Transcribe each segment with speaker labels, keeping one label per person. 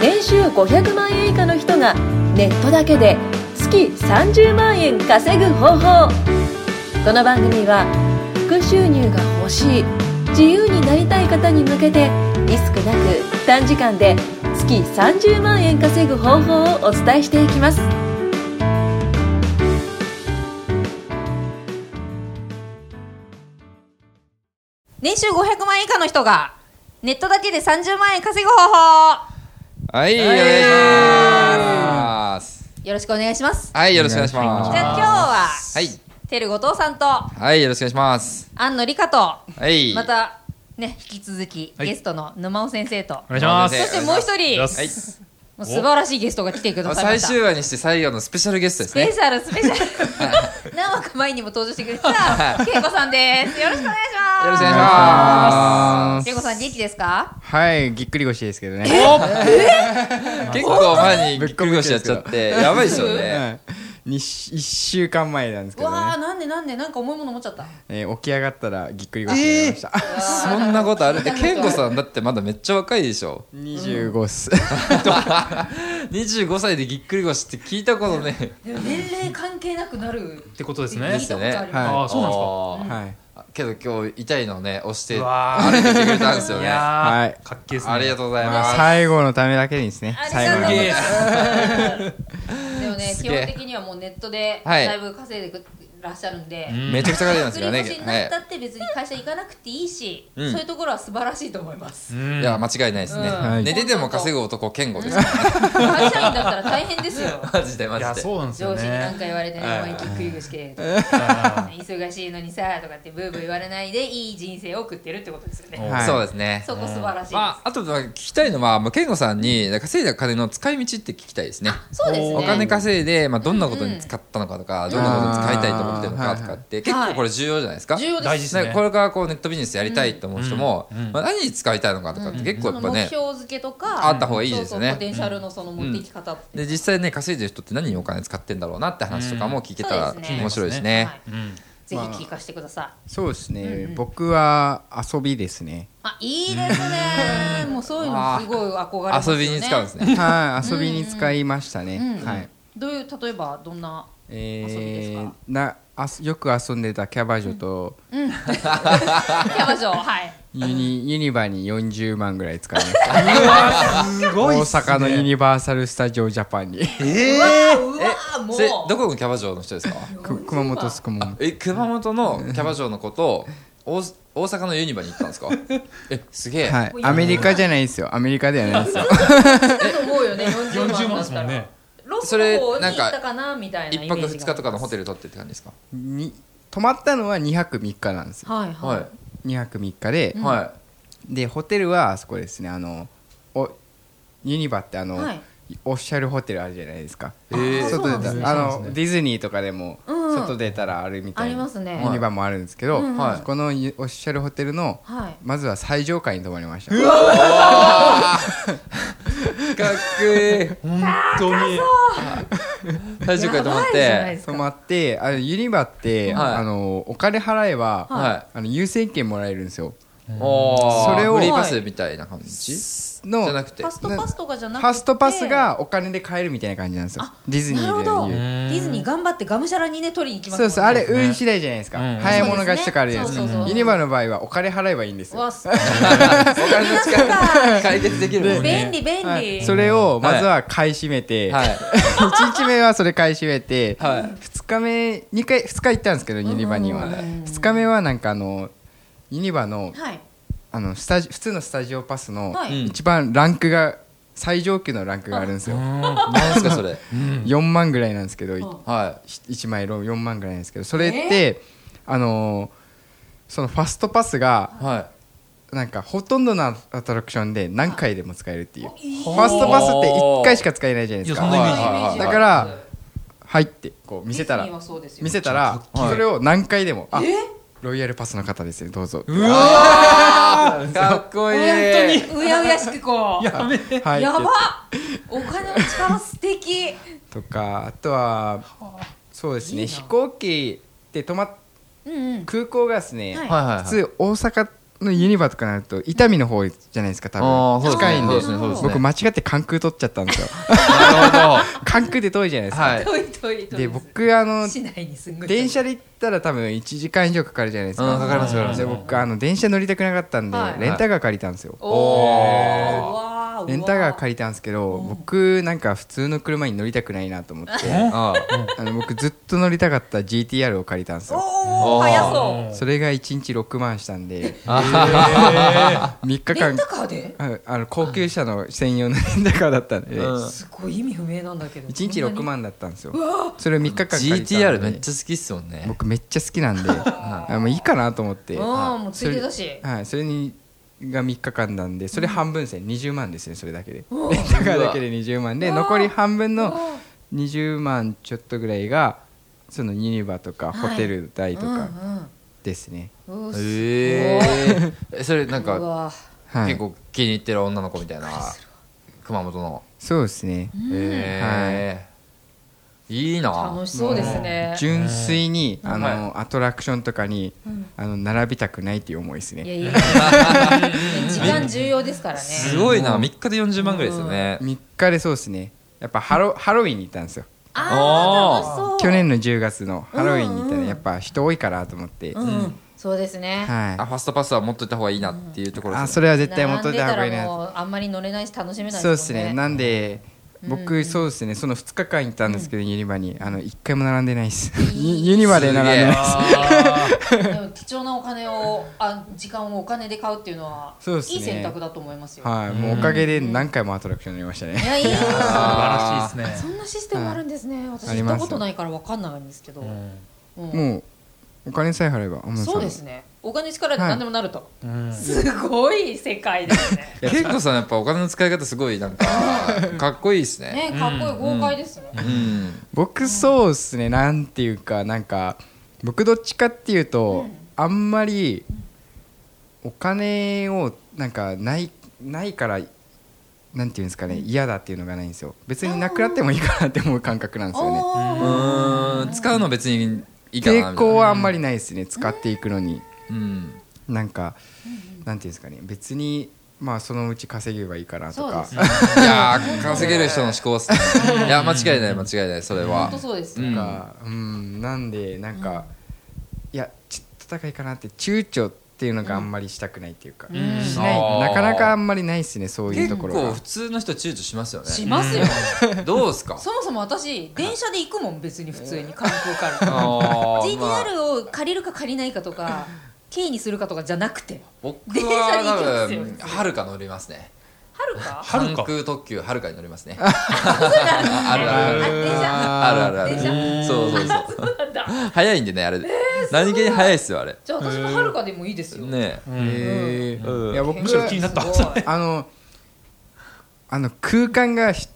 Speaker 1: 年収500万円以下の人がネットだけで月30万円稼ぐ方法この番組は副収入が欲しい自由になりたい方に向けてリスクなく短時間で月30万円稼ぐ方法をお伝えしていきます
Speaker 2: 年収500万円以下の人がネットだけで30万円稼ぐ方法
Speaker 3: はい、お願いします。
Speaker 2: よろしくお願いします
Speaker 3: はい、よろしくお願いします。
Speaker 2: じゃあ今日は
Speaker 3: はい、
Speaker 2: てる後藤さんと
Speaker 3: はい、よろしくお願いします。
Speaker 2: 庵野理香と
Speaker 3: はい、
Speaker 2: またね引き続き
Speaker 4: はい
Speaker 2: ゲストの沼尾先生と、
Speaker 4: お願いします。
Speaker 2: そしてもう一人
Speaker 4: よ
Speaker 2: もう
Speaker 4: し
Speaker 3: はい
Speaker 2: 素晴らしいゲストが来てくださいま
Speaker 3: 最
Speaker 2: した
Speaker 3: 終話にして最後のスペシャルゲストで
Speaker 2: ス
Speaker 3: す
Speaker 2: ペ
Speaker 3: ね。
Speaker 2: シャルスペシャル 何話か前にも登場してくれた恵子さんですよろしくお願いします
Speaker 3: よろしくお願いします。
Speaker 2: 恵子さん元気ですか
Speaker 5: はい、ぎっくり腰ですけどね。
Speaker 3: 結構前にぎっくり腰やっちゃって、やばいですよ ね。
Speaker 5: はいにし一週間前なんですけ
Speaker 2: う
Speaker 5: ど
Speaker 2: わ
Speaker 5: ね
Speaker 2: ー。なんでなんでなんか重いもの持っちゃった
Speaker 5: えー起き上がったらぎっくり腰になりました。
Speaker 3: そんなことあるって、健吾さんだってまだめっちゃ若いでしょ。
Speaker 5: 25っす。
Speaker 3: 25歳でぎっくり腰って聞いたことね。
Speaker 2: でも年齢関係なくなる
Speaker 4: ってことです
Speaker 2: 聞
Speaker 4: ね
Speaker 2: い。たことあります
Speaker 5: はい
Speaker 4: ああ、そうなんですか。
Speaker 5: はい。
Speaker 3: あーけど今日痛いのね、押して、
Speaker 4: うわー
Speaker 3: 歩いてくれたんですよ
Speaker 4: い
Speaker 3: ね。あ
Speaker 5: は
Speaker 4: や
Speaker 5: い
Speaker 4: ー、かっけえですね。
Speaker 3: りがとうございます。
Speaker 5: 最後のためだけにですね。
Speaker 2: あり
Speaker 5: 最
Speaker 2: がと
Speaker 5: 後
Speaker 2: うご
Speaker 5: のた
Speaker 2: ざ
Speaker 5: め
Speaker 2: い
Speaker 5: に
Speaker 2: ます。
Speaker 4: 最
Speaker 2: でもね、
Speaker 3: す
Speaker 2: 基
Speaker 3: げえ
Speaker 2: 本的にはもうネットで
Speaker 3: はい
Speaker 2: だいぶ稼いでらっしゃるんで、
Speaker 3: めちゃくちゃかかります
Speaker 2: 作り
Speaker 3: か らね。
Speaker 2: 越しになっ
Speaker 3: は
Speaker 2: たって別に会社行かなくていいし、
Speaker 3: うん
Speaker 2: そういうところは素晴らしいと思います。
Speaker 3: い。いや、間違いないですね。
Speaker 2: うん
Speaker 5: はい
Speaker 3: 寝てても稼ぐ男、健吾です。
Speaker 2: 会社員だったら大変です よ。
Speaker 3: マジでマ
Speaker 4: いや、
Speaker 3: ジで。
Speaker 4: そうなんですよ
Speaker 2: 上司に何か
Speaker 4: ね。
Speaker 2: 言われてね、お前キックイグしてるとか、 忙しいのにさとかってブーブー言われないでいい人生を送ってるってことですよね。
Speaker 5: はい
Speaker 3: そうですね。
Speaker 2: そこ素晴らしいです。
Speaker 3: まあ、あとなんか聞きたいのは、まあ、健吾さんになんか稼いだ金の使い道って聞きたいですね。
Speaker 2: そうですね。
Speaker 3: お金稼いで、まあ、どんなことに使ったのかとか、どんなことに使いたいと思ってるのかとかって、結構これ重要じゃないですか。
Speaker 2: 重要です
Speaker 4: 大事です
Speaker 3: なんか
Speaker 4: ね
Speaker 3: こ。れからこうネットビジネスやりたいと思う人も、まあ、何に使いたいのかとかって結
Speaker 2: そ
Speaker 3: 構や
Speaker 2: の
Speaker 3: っぱ
Speaker 2: 目
Speaker 3: ね、
Speaker 2: 標付けとか、
Speaker 3: あった方がいいですよ
Speaker 2: そうそ
Speaker 3: ね
Speaker 2: うポテンシャルのその持っていき方って
Speaker 3: で実際ね稼いでる人って何にお金使ってんだろうなって話とかも聞けたら
Speaker 2: うんそうですね
Speaker 3: 面白いですね。
Speaker 2: はい
Speaker 4: うん。
Speaker 2: ぜひ聞かせてください。
Speaker 5: そうですね。僕は遊びですね。
Speaker 2: あ、いいですね。もうそういうのすごい憧れますよ
Speaker 3: 遊
Speaker 2: ね。
Speaker 3: びに使うんです
Speaker 2: ね。
Speaker 3: ね。
Speaker 5: はい、遊びに使いましたね。はい。
Speaker 2: どういう例えばどんな遊びです
Speaker 5: えー
Speaker 2: か。
Speaker 5: なあすよく遊んでたキャバ嬢と
Speaker 2: キャバ嬢はい。
Speaker 5: ユニユニバに40万ぐらい使いました。
Speaker 4: す
Speaker 5: 大
Speaker 4: ごいっすね。
Speaker 5: 阪のユニバーサルスタジオジャパンに
Speaker 2: うわーうわーもう
Speaker 3: それどこのキャバ嬢の人ですか
Speaker 5: く熊本す熊本。
Speaker 3: え熊本のキャバ嬢の子と大大阪のユニバに行ったん ですかえすげえ、
Speaker 5: はい、アメリカじゃないですよ。アメリカではないで すよ。
Speaker 2: だと思うよね。
Speaker 4: 四十
Speaker 2: 40万
Speaker 4: 万で
Speaker 2: だっ
Speaker 4: す
Speaker 2: た
Speaker 4: もんね
Speaker 2: ら。。ロス
Speaker 3: そ
Speaker 2: の
Speaker 3: れ
Speaker 2: 方
Speaker 3: なん
Speaker 2: に
Speaker 3: か
Speaker 2: 行ったかなみたいな
Speaker 3: 一
Speaker 2: イメー
Speaker 3: 泊
Speaker 2: ジが。
Speaker 3: 二日とかのホテル取ってって感じですか
Speaker 5: に泊まったのは2泊3日なんですよ。
Speaker 2: はいはい。
Speaker 3: は
Speaker 5: 2泊3日で
Speaker 3: い、は
Speaker 5: でホテルはあそこですね。あのおユニバってあの、
Speaker 2: はい
Speaker 5: オフィシャルホテルあるじゃないですか。
Speaker 3: いえー
Speaker 5: 外出た
Speaker 4: そうなんですね
Speaker 5: あ
Speaker 4: そうなんです
Speaker 5: の
Speaker 4: ね
Speaker 5: ディズニーとかでも
Speaker 2: うん
Speaker 5: 外出たらあるみたいな、
Speaker 2: ありますね
Speaker 5: ユニバもあるんですけど、
Speaker 2: うん
Speaker 3: はい
Speaker 5: そこのユオフィシャルホテルの
Speaker 2: はい。
Speaker 5: まずは最上階に泊まりました。
Speaker 3: かっこいい
Speaker 4: 本当に。
Speaker 3: 最終回泊まっ
Speaker 2: やばいじゃない
Speaker 3: て
Speaker 2: です
Speaker 5: 泊
Speaker 2: か。
Speaker 5: まってあのユニバって、
Speaker 3: はい
Speaker 5: あのお金払えば、
Speaker 3: は
Speaker 5: あの優先券もらえるんですよ。
Speaker 3: おー
Speaker 5: それを
Speaker 3: フリーパスみたいな感じじ
Speaker 5: の
Speaker 3: ゃなくて
Speaker 2: ファストパスとかじゃなくて。
Speaker 5: ファストパス。がお金で買えるみたいな感じなんですよディズニ
Speaker 2: なるほ
Speaker 5: ー
Speaker 2: ど。
Speaker 5: で
Speaker 2: デ
Speaker 5: いう
Speaker 2: ィズニー頑張ってがむしゃらにね取りに行きます
Speaker 5: そ
Speaker 2: もん
Speaker 5: う
Speaker 2: ね。
Speaker 5: そうあれ
Speaker 4: そうですね
Speaker 5: 運次第じゃないですか、
Speaker 4: うん
Speaker 5: 早い者勝ちとかあるじゃないです
Speaker 2: そうですねそうそ
Speaker 5: か
Speaker 2: うそう
Speaker 5: ユニバの場合はお金払えばいいんですよ
Speaker 2: わすごい
Speaker 3: お金の力で解決できるもんね
Speaker 2: 便利便
Speaker 5: はい、
Speaker 2: 利。
Speaker 5: それをまずは買い占めて、
Speaker 3: はい
Speaker 5: 1日目はそれ買い占めて、
Speaker 3: はい
Speaker 5: 2日目2回2日行ったんですけどユニバには、2日目はなんかあのユニバの
Speaker 2: はい。
Speaker 5: あのスタジ普通のスタジオパスの
Speaker 2: はい
Speaker 5: 一番ランクが最上級のランクがあるんですよ、
Speaker 3: 何ですかそれ
Speaker 5: 4万ぐらいなんですけど、
Speaker 3: はい
Speaker 5: 1枚4万ぐらいなんですけどそれって、あのーそのファストパスが
Speaker 3: は
Speaker 5: なんかほとんどのアトラクションで何回でも使えるっていうフ
Speaker 2: い
Speaker 5: ァストパスって1回しか使えないじゃないです
Speaker 4: いやそんなイメー
Speaker 5: か
Speaker 4: ジ
Speaker 3: はい
Speaker 5: だから入ってこう見せた
Speaker 2: ディズニー
Speaker 5: ら
Speaker 2: はそうですよ
Speaker 5: 見せたら
Speaker 3: はい
Speaker 5: それを何回でもあロイヤルパスの方ですよどうぞ
Speaker 3: いかっこいい
Speaker 2: 本当にうやうやしくこう。
Speaker 4: やべえ。
Speaker 5: は
Speaker 2: やば
Speaker 5: い
Speaker 2: お金の力素敵
Speaker 5: とかあとはそうですね飛行機で泊まっ
Speaker 2: うんうん
Speaker 5: 空港がですね
Speaker 2: はい
Speaker 3: はいはいはい
Speaker 5: 普通大阪のユニバとかなると伊丹の方じゃないですか
Speaker 3: あ
Speaker 5: 多
Speaker 3: ーそうですね
Speaker 5: 分近いんで
Speaker 3: そうですねそうですね
Speaker 5: 僕間違って関空取っちゃった んですよ
Speaker 3: なる
Speaker 5: 関空で遠いじゃないです
Speaker 3: ほ
Speaker 5: か、
Speaker 3: どはい
Speaker 2: 遠い遠い遠い
Speaker 5: で僕あの
Speaker 2: 市内にすんごい遠い
Speaker 5: 電車で行ったら多分1時間以上かかるじゃないですか
Speaker 3: うんかかりますかかります
Speaker 5: で僕あの電車乗りたくなかったんで、
Speaker 2: はい
Speaker 5: レンタカー借りたんですよ
Speaker 2: お
Speaker 3: お
Speaker 2: ーわー
Speaker 5: レンタカー借りたんですけど僕なんか普通の車に乗りたくないなと思って
Speaker 3: あ
Speaker 5: あの僕ずっと乗りたかった GTR を借りたんですよ
Speaker 2: おー早そ
Speaker 5: それが1日6万したんで
Speaker 2: う
Speaker 5: 3日
Speaker 2: レ
Speaker 5: 間
Speaker 2: ンタカーで
Speaker 5: ああの高級車の専用のレンタカーだったんで、
Speaker 3: うん
Speaker 2: すごい意味不明なんだけど
Speaker 5: 1日6
Speaker 2: そんなに
Speaker 5: 万だったんですよそれを3日間借りた
Speaker 3: GTR
Speaker 5: んで
Speaker 3: めっちゃ好きっすもんね
Speaker 5: 僕めっちゃ好 きなんであもういいかなと思って
Speaker 2: あーもうついでだし
Speaker 5: はい、それにが3日間なんでそれ半分ですね、20万ですねそれだけでレンタカーだけで20万で残り半分の20万ちょっとぐらいがそのユニバとかホテル代とかですね、
Speaker 2: うんうんおーす
Speaker 3: ええそれなん
Speaker 2: う
Speaker 3: か
Speaker 2: わー
Speaker 5: はい
Speaker 3: 結構気に入ってる女の子みたいな熊本の
Speaker 5: そうですね
Speaker 3: ええいいな
Speaker 2: 楽しそうですね。
Speaker 5: 純粋に、あの、
Speaker 3: は
Speaker 5: アトラクションとかに、あの並びたくないっていう思いです
Speaker 2: い
Speaker 5: ね
Speaker 2: やいやいや時間重要ですからね。
Speaker 3: すごいな3日で40万ぐらいですよね
Speaker 5: 3日でそうですねやっぱハロハロウィンに行ったんですよ
Speaker 2: ああ楽しそう。
Speaker 5: 去年の10月のハロウィンに行ったらやっぱ人多いからと思って、
Speaker 2: うんそうですね。
Speaker 5: はい
Speaker 3: あファストパスは持っといた方がいいなっていうところ
Speaker 5: あ
Speaker 3: です
Speaker 5: そ
Speaker 3: ね
Speaker 5: れは絶対持っといた方がい
Speaker 2: 並ん
Speaker 5: い
Speaker 2: でたら
Speaker 5: な
Speaker 2: もうあんまり乗れないし楽しめない
Speaker 5: そうですね
Speaker 2: もん
Speaker 5: なんで僕そうですねその2日間行ったんですけど、ユニバにあの1回も並んでないですユユニバで並んでないです
Speaker 2: でも貴重なお金をあ時間をお金で買うっていうのは
Speaker 5: そうですね
Speaker 2: いい選択だと思いますよ。
Speaker 5: はいもうおかげで何回もアトラクションに乗りました
Speaker 2: い
Speaker 5: ね
Speaker 2: やいいですね
Speaker 4: らしいです
Speaker 2: そ
Speaker 4: ね。
Speaker 2: んなシステムあるんですね。私
Speaker 5: あ
Speaker 2: 行
Speaker 5: り
Speaker 2: っ
Speaker 5: ます
Speaker 2: たことないからわかんないんですけど。うん
Speaker 5: もうお金さえ払えば天野さん
Speaker 2: そうですね。お金力で何でもなると。すごい世界ですね。
Speaker 3: ケイコさんやっぱお金の使い方すごいなんかかっこいいですね
Speaker 2: ね、かっこいい豪快ですね。
Speaker 3: うん
Speaker 5: 僕そうですねなんていうかなんか僕どっちかっていうと、あんまりお金をなんかないないからなんていうんですかね嫌だっていうのがないんですよ別になくなってもいいかなって思う感覚なんですよね
Speaker 2: お
Speaker 3: う
Speaker 2: ー
Speaker 3: ーん使うの別にいいかなみたいな
Speaker 5: 抵抗はあんまりないですね使っていくのに
Speaker 3: うん
Speaker 5: なんかなんていうんですかね別にまあそのうち稼げばいいかなと
Speaker 2: そうで
Speaker 5: か
Speaker 2: すね。
Speaker 3: いやー稼げる人の思考っすねいや間違いない間違いないそれ
Speaker 2: 本
Speaker 3: は
Speaker 2: 当そうです
Speaker 3: う
Speaker 2: ね。
Speaker 5: なん
Speaker 3: ん
Speaker 5: かうんなんでなんかいやちょっと高いかなって躊躇っていうのがあんまりしたくないっていうかしな
Speaker 3: あー
Speaker 5: いなかなかあんまりないですねそういう
Speaker 3: 結
Speaker 5: ところ
Speaker 3: 構
Speaker 5: が
Speaker 3: 普通の人躊躇しますよ
Speaker 2: し
Speaker 3: ね
Speaker 2: ますよ。
Speaker 3: どうっすか
Speaker 2: そもそも私電車で行くもん別に普通に観光から。
Speaker 3: あーまあ
Speaker 2: GTR を借りるか借りないかとか、軽にするかとかじゃなくて、
Speaker 3: 僕
Speaker 2: 電車で行
Speaker 3: は
Speaker 2: き
Speaker 3: 多
Speaker 2: ます
Speaker 3: 分
Speaker 2: よ
Speaker 3: はるか乗りますね
Speaker 2: はるか。
Speaker 4: はる
Speaker 3: 関
Speaker 4: か。
Speaker 3: 空特急はるかに乗りますね
Speaker 2: そうなんですね
Speaker 3: あるある
Speaker 2: あ電車。
Speaker 3: あるあるある
Speaker 2: 電車
Speaker 3: そうそうそう
Speaker 2: そうなんだ。
Speaker 3: 早いんでねあれ、何気に早いっすよあれ
Speaker 2: じゃあ私もはるかでもいいですよ。
Speaker 3: ねえ
Speaker 5: へー
Speaker 3: うん
Speaker 5: いや僕
Speaker 4: むしろ気にな
Speaker 5: は
Speaker 4: った
Speaker 2: すごい
Speaker 5: あのあの空間がひ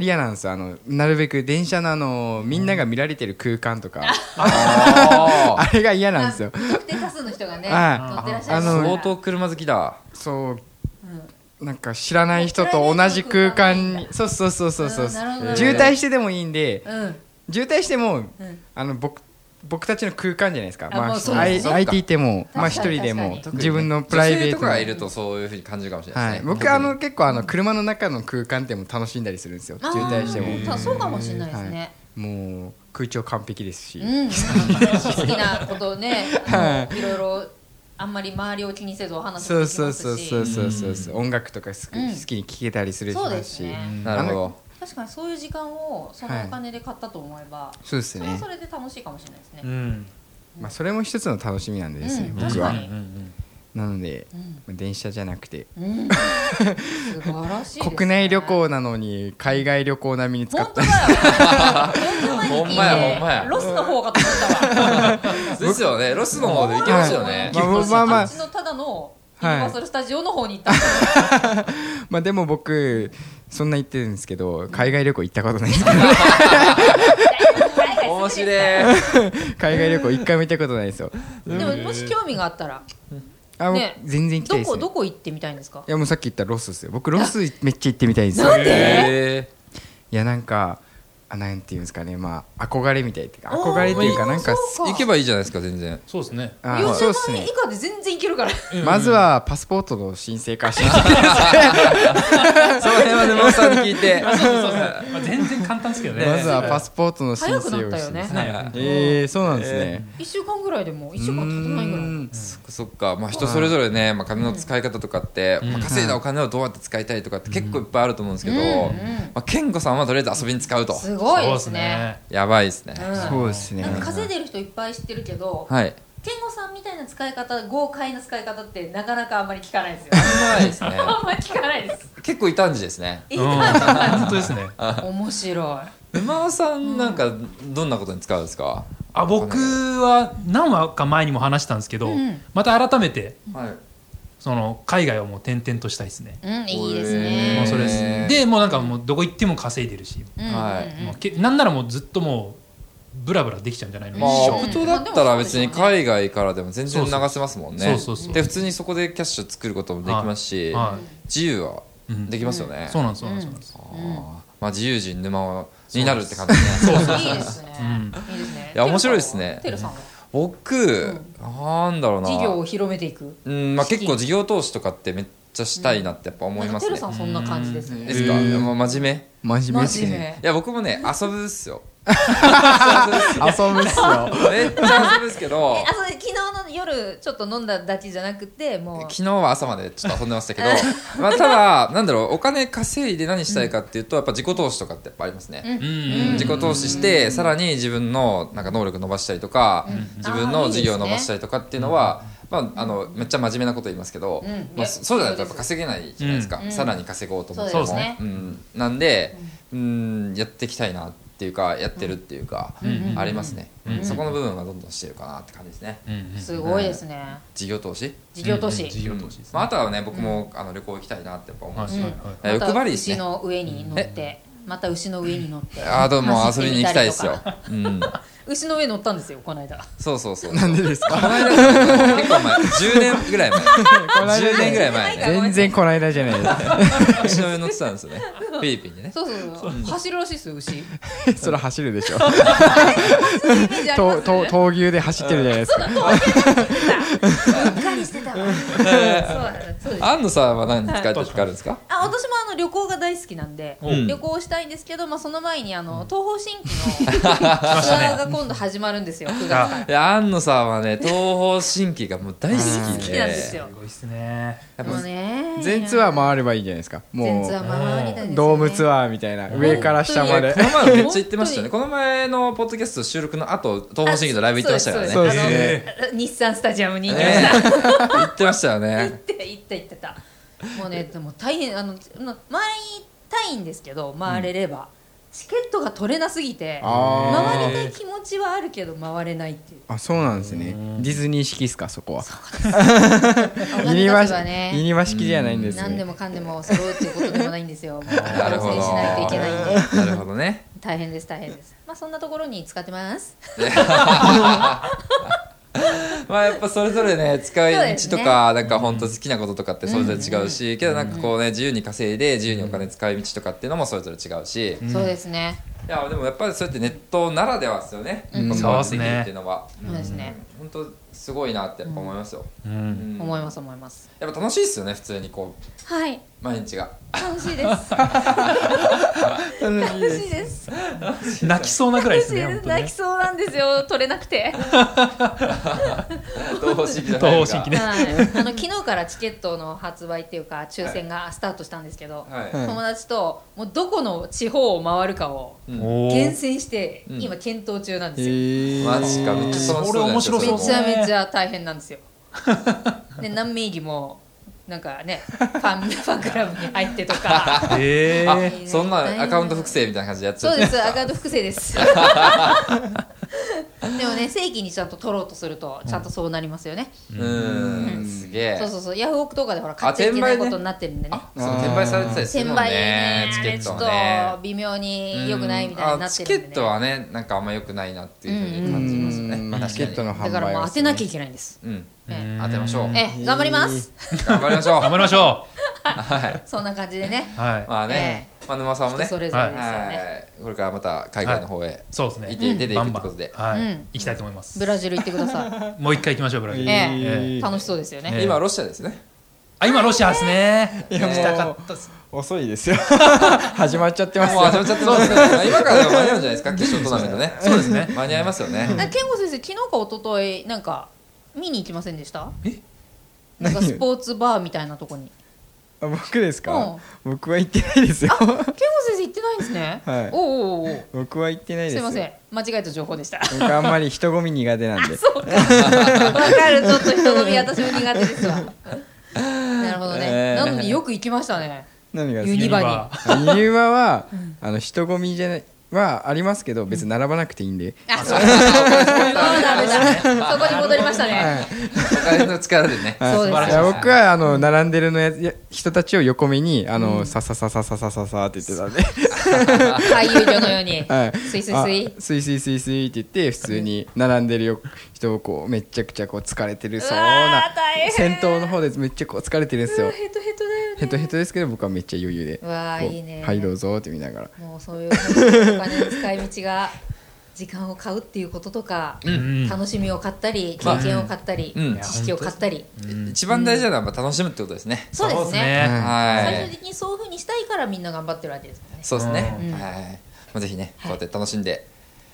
Speaker 5: 嫌なんですよあのなるべく電車のあのみんなが見られてる空間とか
Speaker 3: あ
Speaker 5: あれが嫌なんですよ
Speaker 2: 不特定多数の人がね、
Speaker 5: はい
Speaker 2: 乗ってらっしゃる
Speaker 5: あ
Speaker 3: ー
Speaker 5: の
Speaker 3: 相当車好きだ
Speaker 5: そう、なんか知らない人と同じ空間にそうそうそうそうそう
Speaker 2: うんなるほど
Speaker 5: 渋滞してでもいいんで
Speaker 2: うん。
Speaker 5: 渋滞しても、
Speaker 2: ん
Speaker 5: あの僕僕たちの空間じゃないですか
Speaker 2: あ
Speaker 5: ま
Speaker 2: も
Speaker 5: あ
Speaker 2: うそう
Speaker 5: あい
Speaker 3: そうか
Speaker 5: 空いていてもまあ
Speaker 2: 確
Speaker 5: 一
Speaker 2: かに
Speaker 5: 人でも
Speaker 2: 確
Speaker 5: 自分のプライベート
Speaker 3: 女性とかがい
Speaker 5: な
Speaker 3: るとそういうふうに感じるかもしれない
Speaker 5: は
Speaker 3: で
Speaker 5: い、
Speaker 3: すね
Speaker 5: 僕あの結構あの車の中の空間っても楽しんだりするんですよ
Speaker 2: あー
Speaker 5: 渋滞しても、
Speaker 2: たそうかもしれないです
Speaker 5: は
Speaker 2: ね
Speaker 5: い。もう空調完璧ですし、
Speaker 2: うん、好きなことを ね、あのいろいろあんまり周りを気にせずお話
Speaker 5: そ
Speaker 2: も
Speaker 5: う
Speaker 2: でき
Speaker 5: そう
Speaker 2: ま
Speaker 5: そう
Speaker 2: すし
Speaker 5: そうそうそうそう音楽とかす
Speaker 2: うん
Speaker 5: 好きに聴けたりするし
Speaker 2: そうですね
Speaker 3: なるほど
Speaker 2: 確かにそういう時間をそのお金で買ったと思えば、
Speaker 5: そうで
Speaker 2: そ
Speaker 5: す
Speaker 2: れは
Speaker 5: ね
Speaker 2: それで楽しいかもしれないですね
Speaker 4: う。ん。
Speaker 5: まあ、それも一つの楽しみなんでですね、
Speaker 2: うん
Speaker 5: 僕
Speaker 2: 確か
Speaker 5: は
Speaker 2: に
Speaker 5: なので、電車じゃなくて
Speaker 2: うん、素晴らしいです、ね。
Speaker 5: 国内旅行なのに海外旅行並みに使
Speaker 2: 本
Speaker 5: っ
Speaker 2: 当
Speaker 5: た
Speaker 2: だよ。
Speaker 3: ほんまやほんまや
Speaker 2: ロスの方かと思ったわ。
Speaker 3: ですよねロスの方で行けますよね
Speaker 5: まあまあま
Speaker 2: う
Speaker 5: あ
Speaker 2: ちのただのユ
Speaker 5: は
Speaker 2: ニ
Speaker 5: い
Speaker 2: バーサルスタジオの方に行った。
Speaker 5: まあでも僕そんな言ってるんですけど海外旅行行ったことな いですけど
Speaker 2: 海外好き
Speaker 3: 面白
Speaker 2: で
Speaker 3: い
Speaker 5: 海外旅行一回も行ったことないですよ
Speaker 2: すでももし興味があったら、
Speaker 5: あもう
Speaker 2: ね
Speaker 5: 全然行きた
Speaker 2: ど
Speaker 5: いです、
Speaker 2: こ
Speaker 5: ね、
Speaker 2: どこ行ってみたいんですか
Speaker 5: い。やもうさっき言ったロスですよ僕ロスめっちゃ行ってみたいです
Speaker 2: なんで
Speaker 3: へえ
Speaker 5: いやなんかああなんていうんですかねまあ憧れみたいっていうか憧れっていうかなんか
Speaker 2: そうか
Speaker 3: 行けばいいじゃないですか全然
Speaker 4: そうですね。
Speaker 5: あそ
Speaker 2: 40
Speaker 5: うです
Speaker 2: 万円
Speaker 5: ね
Speaker 2: 以下で全然いけるから
Speaker 5: まずはパスポートの申請から申請
Speaker 3: その辺は沼さんに聞いて
Speaker 4: そうそうそうまあ全然簡単ですけどね。
Speaker 5: まずはパスポートの申請を
Speaker 2: 早くなったよね
Speaker 5: して
Speaker 4: はい
Speaker 3: は
Speaker 5: ええそうなんですね。
Speaker 2: 1週間ぐらいでも1
Speaker 5: う
Speaker 2: 週間経たないぐらい
Speaker 5: ん
Speaker 3: そっかそっかまあ人それぞれね、まあ、金の使い方とかって、まあ、稼いだお金をどうやって使いたいとかって結構いっぱいあると思うんですけど、
Speaker 2: うん
Speaker 3: まあ、健吾さんはとりあえず遊びに使うと
Speaker 2: すごい
Speaker 4: そう
Speaker 2: で
Speaker 4: ですす
Speaker 2: ね
Speaker 4: ね。
Speaker 3: やばいですね、
Speaker 2: うん
Speaker 5: そうですね
Speaker 2: なんか稼いでる人いっぱい知ってるけど、
Speaker 3: はい
Speaker 2: 健吾さんみたいな使い方豪快な使い方ってなかなかあんまり聞かないですよ
Speaker 3: やばいですね
Speaker 2: あんまり聞かないです
Speaker 3: 結構異端児ですね
Speaker 2: い
Speaker 4: うん
Speaker 2: い
Speaker 4: 本当ですね。
Speaker 2: 面白
Speaker 3: 沼尾さんなんかどんなことに使うんですか、
Speaker 4: あ僕は何話か前にも話したんですけど、
Speaker 2: うん
Speaker 4: また改めて
Speaker 3: はい
Speaker 4: その海外をもう転々としたいですね。
Speaker 2: いうんいいです
Speaker 3: へー
Speaker 4: もう
Speaker 2: ね
Speaker 4: それです
Speaker 3: へー
Speaker 4: でもうなんかもうどこ行っても稼いでるし、
Speaker 2: うんうんうん
Speaker 3: はい
Speaker 4: もうけなんならもうずっともうブラブラできちゃうんじゃないの、
Speaker 3: まあ
Speaker 4: 一
Speaker 3: オ
Speaker 4: 生
Speaker 3: プトだったら別に海外からでも全然流せますもんね
Speaker 4: そうそうそうそう
Speaker 3: で普通にそこでキャッシュ作ることもできますし、
Speaker 4: は
Speaker 3: 自由はできますよね、
Speaker 4: い、そうなんですそうなんですそうなんで
Speaker 3: あー
Speaker 4: す、
Speaker 3: まあ自由人沼尾になるって感じね
Speaker 2: いいですねいいですね
Speaker 3: いや面白いですね
Speaker 2: テルさんは
Speaker 3: 僕、なんだろうな
Speaker 2: 事業を広めていく
Speaker 3: うんまあ、結構事業投資とかってめっちゃしたいなってやっぱ思い
Speaker 2: なんか
Speaker 3: ます
Speaker 2: テ
Speaker 3: ね
Speaker 2: ルさんそんな感じですね
Speaker 3: ですか、
Speaker 5: へー
Speaker 3: まあ、真面目
Speaker 5: 真面目です
Speaker 2: 真面
Speaker 5: ね。
Speaker 2: 目
Speaker 3: いや僕もね遊ぶっすよ
Speaker 5: 遊ぶ っすよ。
Speaker 3: めっちゃ遊ぶっすけど
Speaker 2: えあそう昨日の夜ちょっと飲んだだけじゃなくても
Speaker 3: 昨日は朝までちょっと遊んでましたけどまあただなんだろうお金稼いで何したいかっていうとやっぱ自己投資とかってやっぱありますね、
Speaker 4: うん
Speaker 3: 自己投資してさらに自分のなんか能力伸ばしたりとか、自
Speaker 2: あ
Speaker 3: 分
Speaker 2: ーい
Speaker 3: の
Speaker 2: いです
Speaker 3: 事
Speaker 2: ね
Speaker 3: 業伸ばしたりとかっていうのは、まあ、あのめっちゃ真面目なこと言いますけど、
Speaker 2: うんいや
Speaker 3: まあ、そそうじゃないとやっぱ稼げないじゃないですか、
Speaker 2: うん
Speaker 3: さらに稼ごうと思って
Speaker 2: そう
Speaker 3: も
Speaker 2: ですね
Speaker 3: ん、なんで、うん、やっていきたいなっていうかやってるっていうか、
Speaker 4: ん
Speaker 3: ありますね、
Speaker 4: うん
Speaker 3: そこの部分はどんどんしてるかなって感じですね
Speaker 4: うんうん
Speaker 2: うすごいですね
Speaker 3: 事業投資、
Speaker 2: 事業投
Speaker 4: うんうん
Speaker 2: 資
Speaker 4: 事業投資です
Speaker 3: ま
Speaker 4: ね、
Speaker 3: あ、あとはね僕も、あの旅行行きたいなってやっぱ思うし、
Speaker 4: はいはい
Speaker 2: ま
Speaker 3: あ
Speaker 2: た
Speaker 3: 欲張りですね
Speaker 2: 牛の上に乗ってまた牛の上に乗って
Speaker 3: あーどうも遊びに行きたいですよ
Speaker 2: 走ってみたりとか、
Speaker 3: うん、
Speaker 2: 牛の上乗ったんですよこの間
Speaker 3: そうそうそう
Speaker 5: なんでですか。
Speaker 3: この間結構前10年ぐらい前
Speaker 5: の間ね
Speaker 3: 10年ぐらい前ね
Speaker 5: 全然こないだじゃないで
Speaker 3: 牛の上乗ってたんですよねフィリピンでね
Speaker 2: そうそうそう走るらしいですよ牛イメ
Speaker 5: す。 それ走る でしょ。
Speaker 2: ージありま
Speaker 5: と
Speaker 2: すよ
Speaker 5: と
Speaker 2: ね
Speaker 5: 闘牛で走ってるじゃないですか。
Speaker 2: うっかりしてたわそうだそうです
Speaker 3: 安野さんは何に使ったとかあるんですか
Speaker 2: あ私もあの旅行が大好きなんで、
Speaker 3: うん
Speaker 2: 旅行したいんですけど、まあ、その前にあの東方新 規のツアーが今度始まるんですよ9月から
Speaker 3: いや安野さんはね東方神起がもう大好
Speaker 2: 好
Speaker 3: き
Speaker 2: き
Speaker 3: で
Speaker 2: なんですよ
Speaker 4: すごいですね
Speaker 3: やっ
Speaker 2: もう
Speaker 3: ぱ
Speaker 2: ね
Speaker 5: 全ツアー回ればいいじゃないですか。
Speaker 2: 全
Speaker 5: も
Speaker 2: ツアー
Speaker 5: う
Speaker 2: 回りたいですよね
Speaker 5: ドームツアーみたいな上から下まで
Speaker 3: こ。の前もめっちゃ行ってましたよねこの前のポッドキャスト収録の後東方神起のライブ行ってましたからね
Speaker 2: そ
Speaker 5: そうう
Speaker 2: で
Speaker 5: ですす
Speaker 2: そうです
Speaker 5: ね
Speaker 2: あのあ日産スタジアムに行きまし
Speaker 3: ね
Speaker 2: た
Speaker 3: 行ってましたよ
Speaker 2: 行っ
Speaker 3: ね
Speaker 2: て行って行ってたもうねでも大変あのな回りたいんですけど回れれば、チケットが取れなすぎて
Speaker 5: あ
Speaker 2: 回りたい気持ちはあるけど回れないっていう
Speaker 5: あ。あそうなんですね。ディズニー式ですかそこは。
Speaker 2: お金
Speaker 5: ユニ
Speaker 2: 出
Speaker 5: バ
Speaker 2: せばね
Speaker 5: ユニバ式じゃないんです
Speaker 2: 何で
Speaker 5: ね。
Speaker 2: もかんでも揃うっていうことでもないんです よ。もう
Speaker 3: なる
Speaker 2: 調
Speaker 3: ほ
Speaker 2: 整
Speaker 3: ど
Speaker 2: しないといけないんで、
Speaker 3: なるほどね
Speaker 2: 大変です大変です。まあそんなところに使ってます。
Speaker 3: まあやっぱそれぞ れね使
Speaker 2: そう
Speaker 3: い
Speaker 2: です
Speaker 3: 道
Speaker 2: ね
Speaker 3: とかなんか本当好きなこととかってそれぞれ違うしけどなんかこうね自由に稼いで自由にお金使い道とかっていうのもそれぞれ違うしい
Speaker 2: そうですね。
Speaker 3: やでもやっぱりそうやってネットならではですよね
Speaker 2: うん
Speaker 3: ここまでできるっていうのは
Speaker 2: そうですね。
Speaker 3: 本当すごいなってやっぱ思いますよ
Speaker 4: うん
Speaker 3: うん
Speaker 2: 思います思います。
Speaker 3: やっぱ楽しいですよね普通にこう
Speaker 2: はい。
Speaker 3: 毎日が
Speaker 2: 楽しい です。楽しいです。
Speaker 4: 泣きそうなぐらいで すね
Speaker 2: 楽しいで
Speaker 4: 本
Speaker 2: す
Speaker 4: 当
Speaker 2: 泣
Speaker 4: ね
Speaker 2: きそうなんですよ。取れなくて。
Speaker 3: 東方神起じゃないの
Speaker 4: 東方神
Speaker 3: か
Speaker 4: 起ね
Speaker 2: はい。あの昨日からチケットの発売っていうか抽選がスタートしたんですけど、
Speaker 3: はい
Speaker 2: 友達ともうどこの地方を回るかを
Speaker 4: おー
Speaker 2: 厳選して
Speaker 3: うん
Speaker 2: 今検討中なんですよ。
Speaker 5: ええ。
Speaker 3: マジかめっちゃ楽しそうじゃないですか
Speaker 4: それ
Speaker 2: め
Speaker 4: 面白
Speaker 2: ち
Speaker 4: そう
Speaker 2: ゃめちゃ大変なんですよ。で何名義もなんかねファンファンクラブに入ってとか
Speaker 4: え
Speaker 3: あ
Speaker 4: ー、
Speaker 3: そんなアカウント複製みたいな感じでやってた
Speaker 2: そう
Speaker 3: ん
Speaker 2: です
Speaker 3: か
Speaker 2: アカウント複製です でもね正規にちゃんと取ろうとするとちゃんとそうなりますよね、
Speaker 3: うんすげえ
Speaker 2: そうそうそうヤフオクとかでほら買っちゃいけないことになってるんでね
Speaker 3: あそう転売されてたりす
Speaker 2: 転
Speaker 3: るもん
Speaker 2: 売
Speaker 3: ね
Speaker 2: ね
Speaker 3: チ
Speaker 2: あ
Speaker 3: ケ
Speaker 2: れ
Speaker 3: ッ
Speaker 2: ち
Speaker 3: ト
Speaker 2: ょっ
Speaker 3: は
Speaker 2: と
Speaker 3: ね
Speaker 2: 微妙に良くないみたいになってるんで、
Speaker 3: あ
Speaker 2: ね、
Speaker 3: チケットはねなんかあんま良くないなっていうふうに感じますね、まあ、
Speaker 5: チケットの販
Speaker 2: だ
Speaker 5: 売
Speaker 2: からもう
Speaker 5: は
Speaker 2: 当てなきゃいけないんです、
Speaker 3: うん
Speaker 2: え
Speaker 3: 当てましょう
Speaker 2: ええ頑張ります
Speaker 3: 頑張りましょう
Speaker 4: 頑張りましょ
Speaker 3: はい
Speaker 2: そんな感じでね
Speaker 4: うはい
Speaker 3: まあね、まあ、沼さんもね
Speaker 2: 人それぞれですよね。
Speaker 3: はいこれからまた海外の方へ
Speaker 4: そうですね
Speaker 3: 行って出ていくってことで
Speaker 4: バンバンはい、
Speaker 2: うん
Speaker 4: 行きたいと思います
Speaker 2: ブラジル行ってくださ
Speaker 4: もう一回行きましょうブラジル、
Speaker 2: え
Speaker 5: え
Speaker 2: い。楽しそうですよね。
Speaker 3: 今ロシアですね
Speaker 4: あ今ロシアですね
Speaker 5: いやもう
Speaker 4: 行きたかったっす
Speaker 5: 遅 いですよ始まっちゃってます
Speaker 3: もう始まっちゃってますね今からでも間に合うんじゃないですか決勝トーナメントね
Speaker 4: そうですね
Speaker 3: 間に合いますよね
Speaker 2: なんか健吾先生昨日か一昨日なんか見に行きませんでした？
Speaker 4: え
Speaker 2: なんか
Speaker 5: 何
Speaker 2: スポーツバーみたいなとこ に。
Speaker 5: あ僕ですか僕は行ってないですよ
Speaker 2: 健吾先生行ってないんですね。
Speaker 5: はい
Speaker 2: おうおうおう
Speaker 5: 僕は行ってないです
Speaker 2: すい
Speaker 5: よ
Speaker 2: ません間違えた情報でした。
Speaker 5: 僕あんまり人混み苦手なん で
Speaker 2: そうか。わかるちょっと人混み私も苦手です わ。なるほどね。
Speaker 5: えー
Speaker 2: なのによく行きましたね。
Speaker 5: 何がです
Speaker 2: ユ
Speaker 5: か
Speaker 2: ニバに
Speaker 4: ユ
Speaker 5: ユニバはあの人混みじゃないはありますけど別に並ばなくていいんで、
Speaker 2: あそうかそうだダメだ。そこに戻りました
Speaker 5: は
Speaker 2: ね。
Speaker 5: い
Speaker 3: お金の力でね
Speaker 5: はい
Speaker 2: そうです
Speaker 5: いや僕はあの並んでるのやや人たちを横目にあの、ささささささささって言ってたんで、
Speaker 2: 俳優女のように。
Speaker 5: はい、
Speaker 2: スイスイスイ
Speaker 5: あスイスイスイスイって言って普通に並んでるよ人をこうめちゃくちゃこう疲れてるそう
Speaker 2: うわ
Speaker 5: な
Speaker 2: ー大変
Speaker 5: 先頭の方でめっちゃこう疲れてるんです
Speaker 2: うわ
Speaker 5: よ
Speaker 2: ヘトヘトだよね。
Speaker 5: ヘトヘトですけど僕はめっちゃ余裕で
Speaker 2: うわー
Speaker 5: こう
Speaker 2: いいね
Speaker 5: はいどうぞって見ながら
Speaker 2: もうそういうお金の使い道が時間を買うっていうこととか、
Speaker 4: ん
Speaker 2: 楽しみを買ったり経験を買ったり、
Speaker 3: うん
Speaker 2: 知識を買ったり、
Speaker 3: 一番大事なのはやっぱ楽しむってことですね
Speaker 2: そうですね
Speaker 5: うん
Speaker 3: は
Speaker 2: 最終
Speaker 3: い
Speaker 2: 的にそういうふうにしたいからみんな頑張ってるわけですからね
Speaker 3: そうですね
Speaker 4: うん
Speaker 3: はいまあぜひねこうやって楽しんで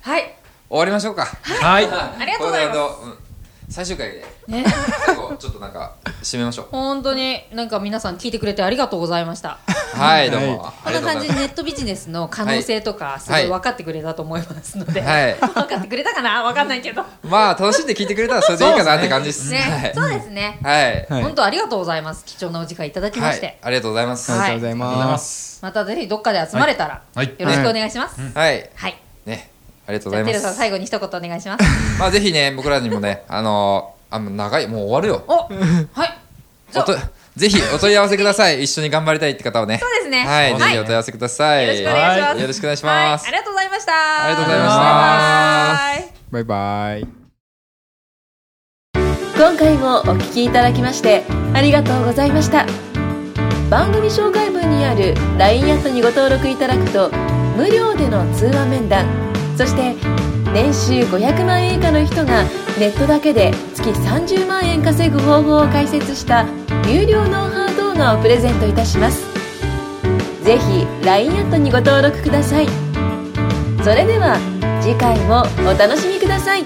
Speaker 2: はい
Speaker 3: 終わりましょうか
Speaker 4: はい、
Speaker 2: ありがとうございます
Speaker 3: これであのうん最終回で
Speaker 2: ね
Speaker 3: 最後ちょっとなんか締めましょう
Speaker 2: 本当になんか皆さん聞いてくれてありがとうございました
Speaker 3: はいどうも
Speaker 5: は
Speaker 2: こんな感じでネットビジネスの可能性とかすごい分かってくれたと思いますので、
Speaker 3: はい
Speaker 2: 分かってくれたかな分かんないけどね、
Speaker 3: まあ楽しんで聞いてくれた らそれでいいかなって感じですはい
Speaker 2: そうですね、
Speaker 3: はい
Speaker 5: はい
Speaker 2: 本当ありがとうございます貴重なお時間いただきま
Speaker 3: は
Speaker 2: して、
Speaker 3: いありがとうございます
Speaker 5: あり
Speaker 2: は
Speaker 5: が
Speaker 2: い
Speaker 5: とうござい
Speaker 4: ありがとうござい
Speaker 5: ま、
Speaker 4: ますす
Speaker 2: またぜひどっかで集まれたら、
Speaker 4: はいはい
Speaker 2: よろしくお願いします、
Speaker 3: はい
Speaker 2: はい
Speaker 3: ねありがとう
Speaker 2: じ
Speaker 3: ご
Speaker 2: ゃあテ
Speaker 3: ざいま
Speaker 2: ルさん
Speaker 3: す
Speaker 2: 最後に一言お願いします。
Speaker 3: まあぜひね僕らにもねあのーあもう長いもう終わるよ
Speaker 2: お、はい。じゃ
Speaker 3: お
Speaker 2: あそ
Speaker 3: と
Speaker 2: う
Speaker 3: ぜひお問い合わせください一緒に頑張りたいって方はね
Speaker 2: ですね。
Speaker 3: はい、ぜ
Speaker 2: はい
Speaker 3: ひお問い合わせください
Speaker 2: よろしくお願いします。
Speaker 3: はよろしくお願いします
Speaker 2: はありがとうございました。
Speaker 3: あ
Speaker 2: あ
Speaker 3: りがとうございま
Speaker 4: し
Speaker 3: した
Speaker 2: バイバイ。
Speaker 5: バイバイ
Speaker 1: 今回もお聞きいただきましてありがとうございました番組紹介文にある LINE アットにご登録いただくと無料での通話面談そして年収500万円以下の人がネットだけで月30万円稼ぐ方法を解説した有料ノウハウ動画をプレゼントいたしますぜひ LINE アットにご登録くださいそれでは次回もお楽しみください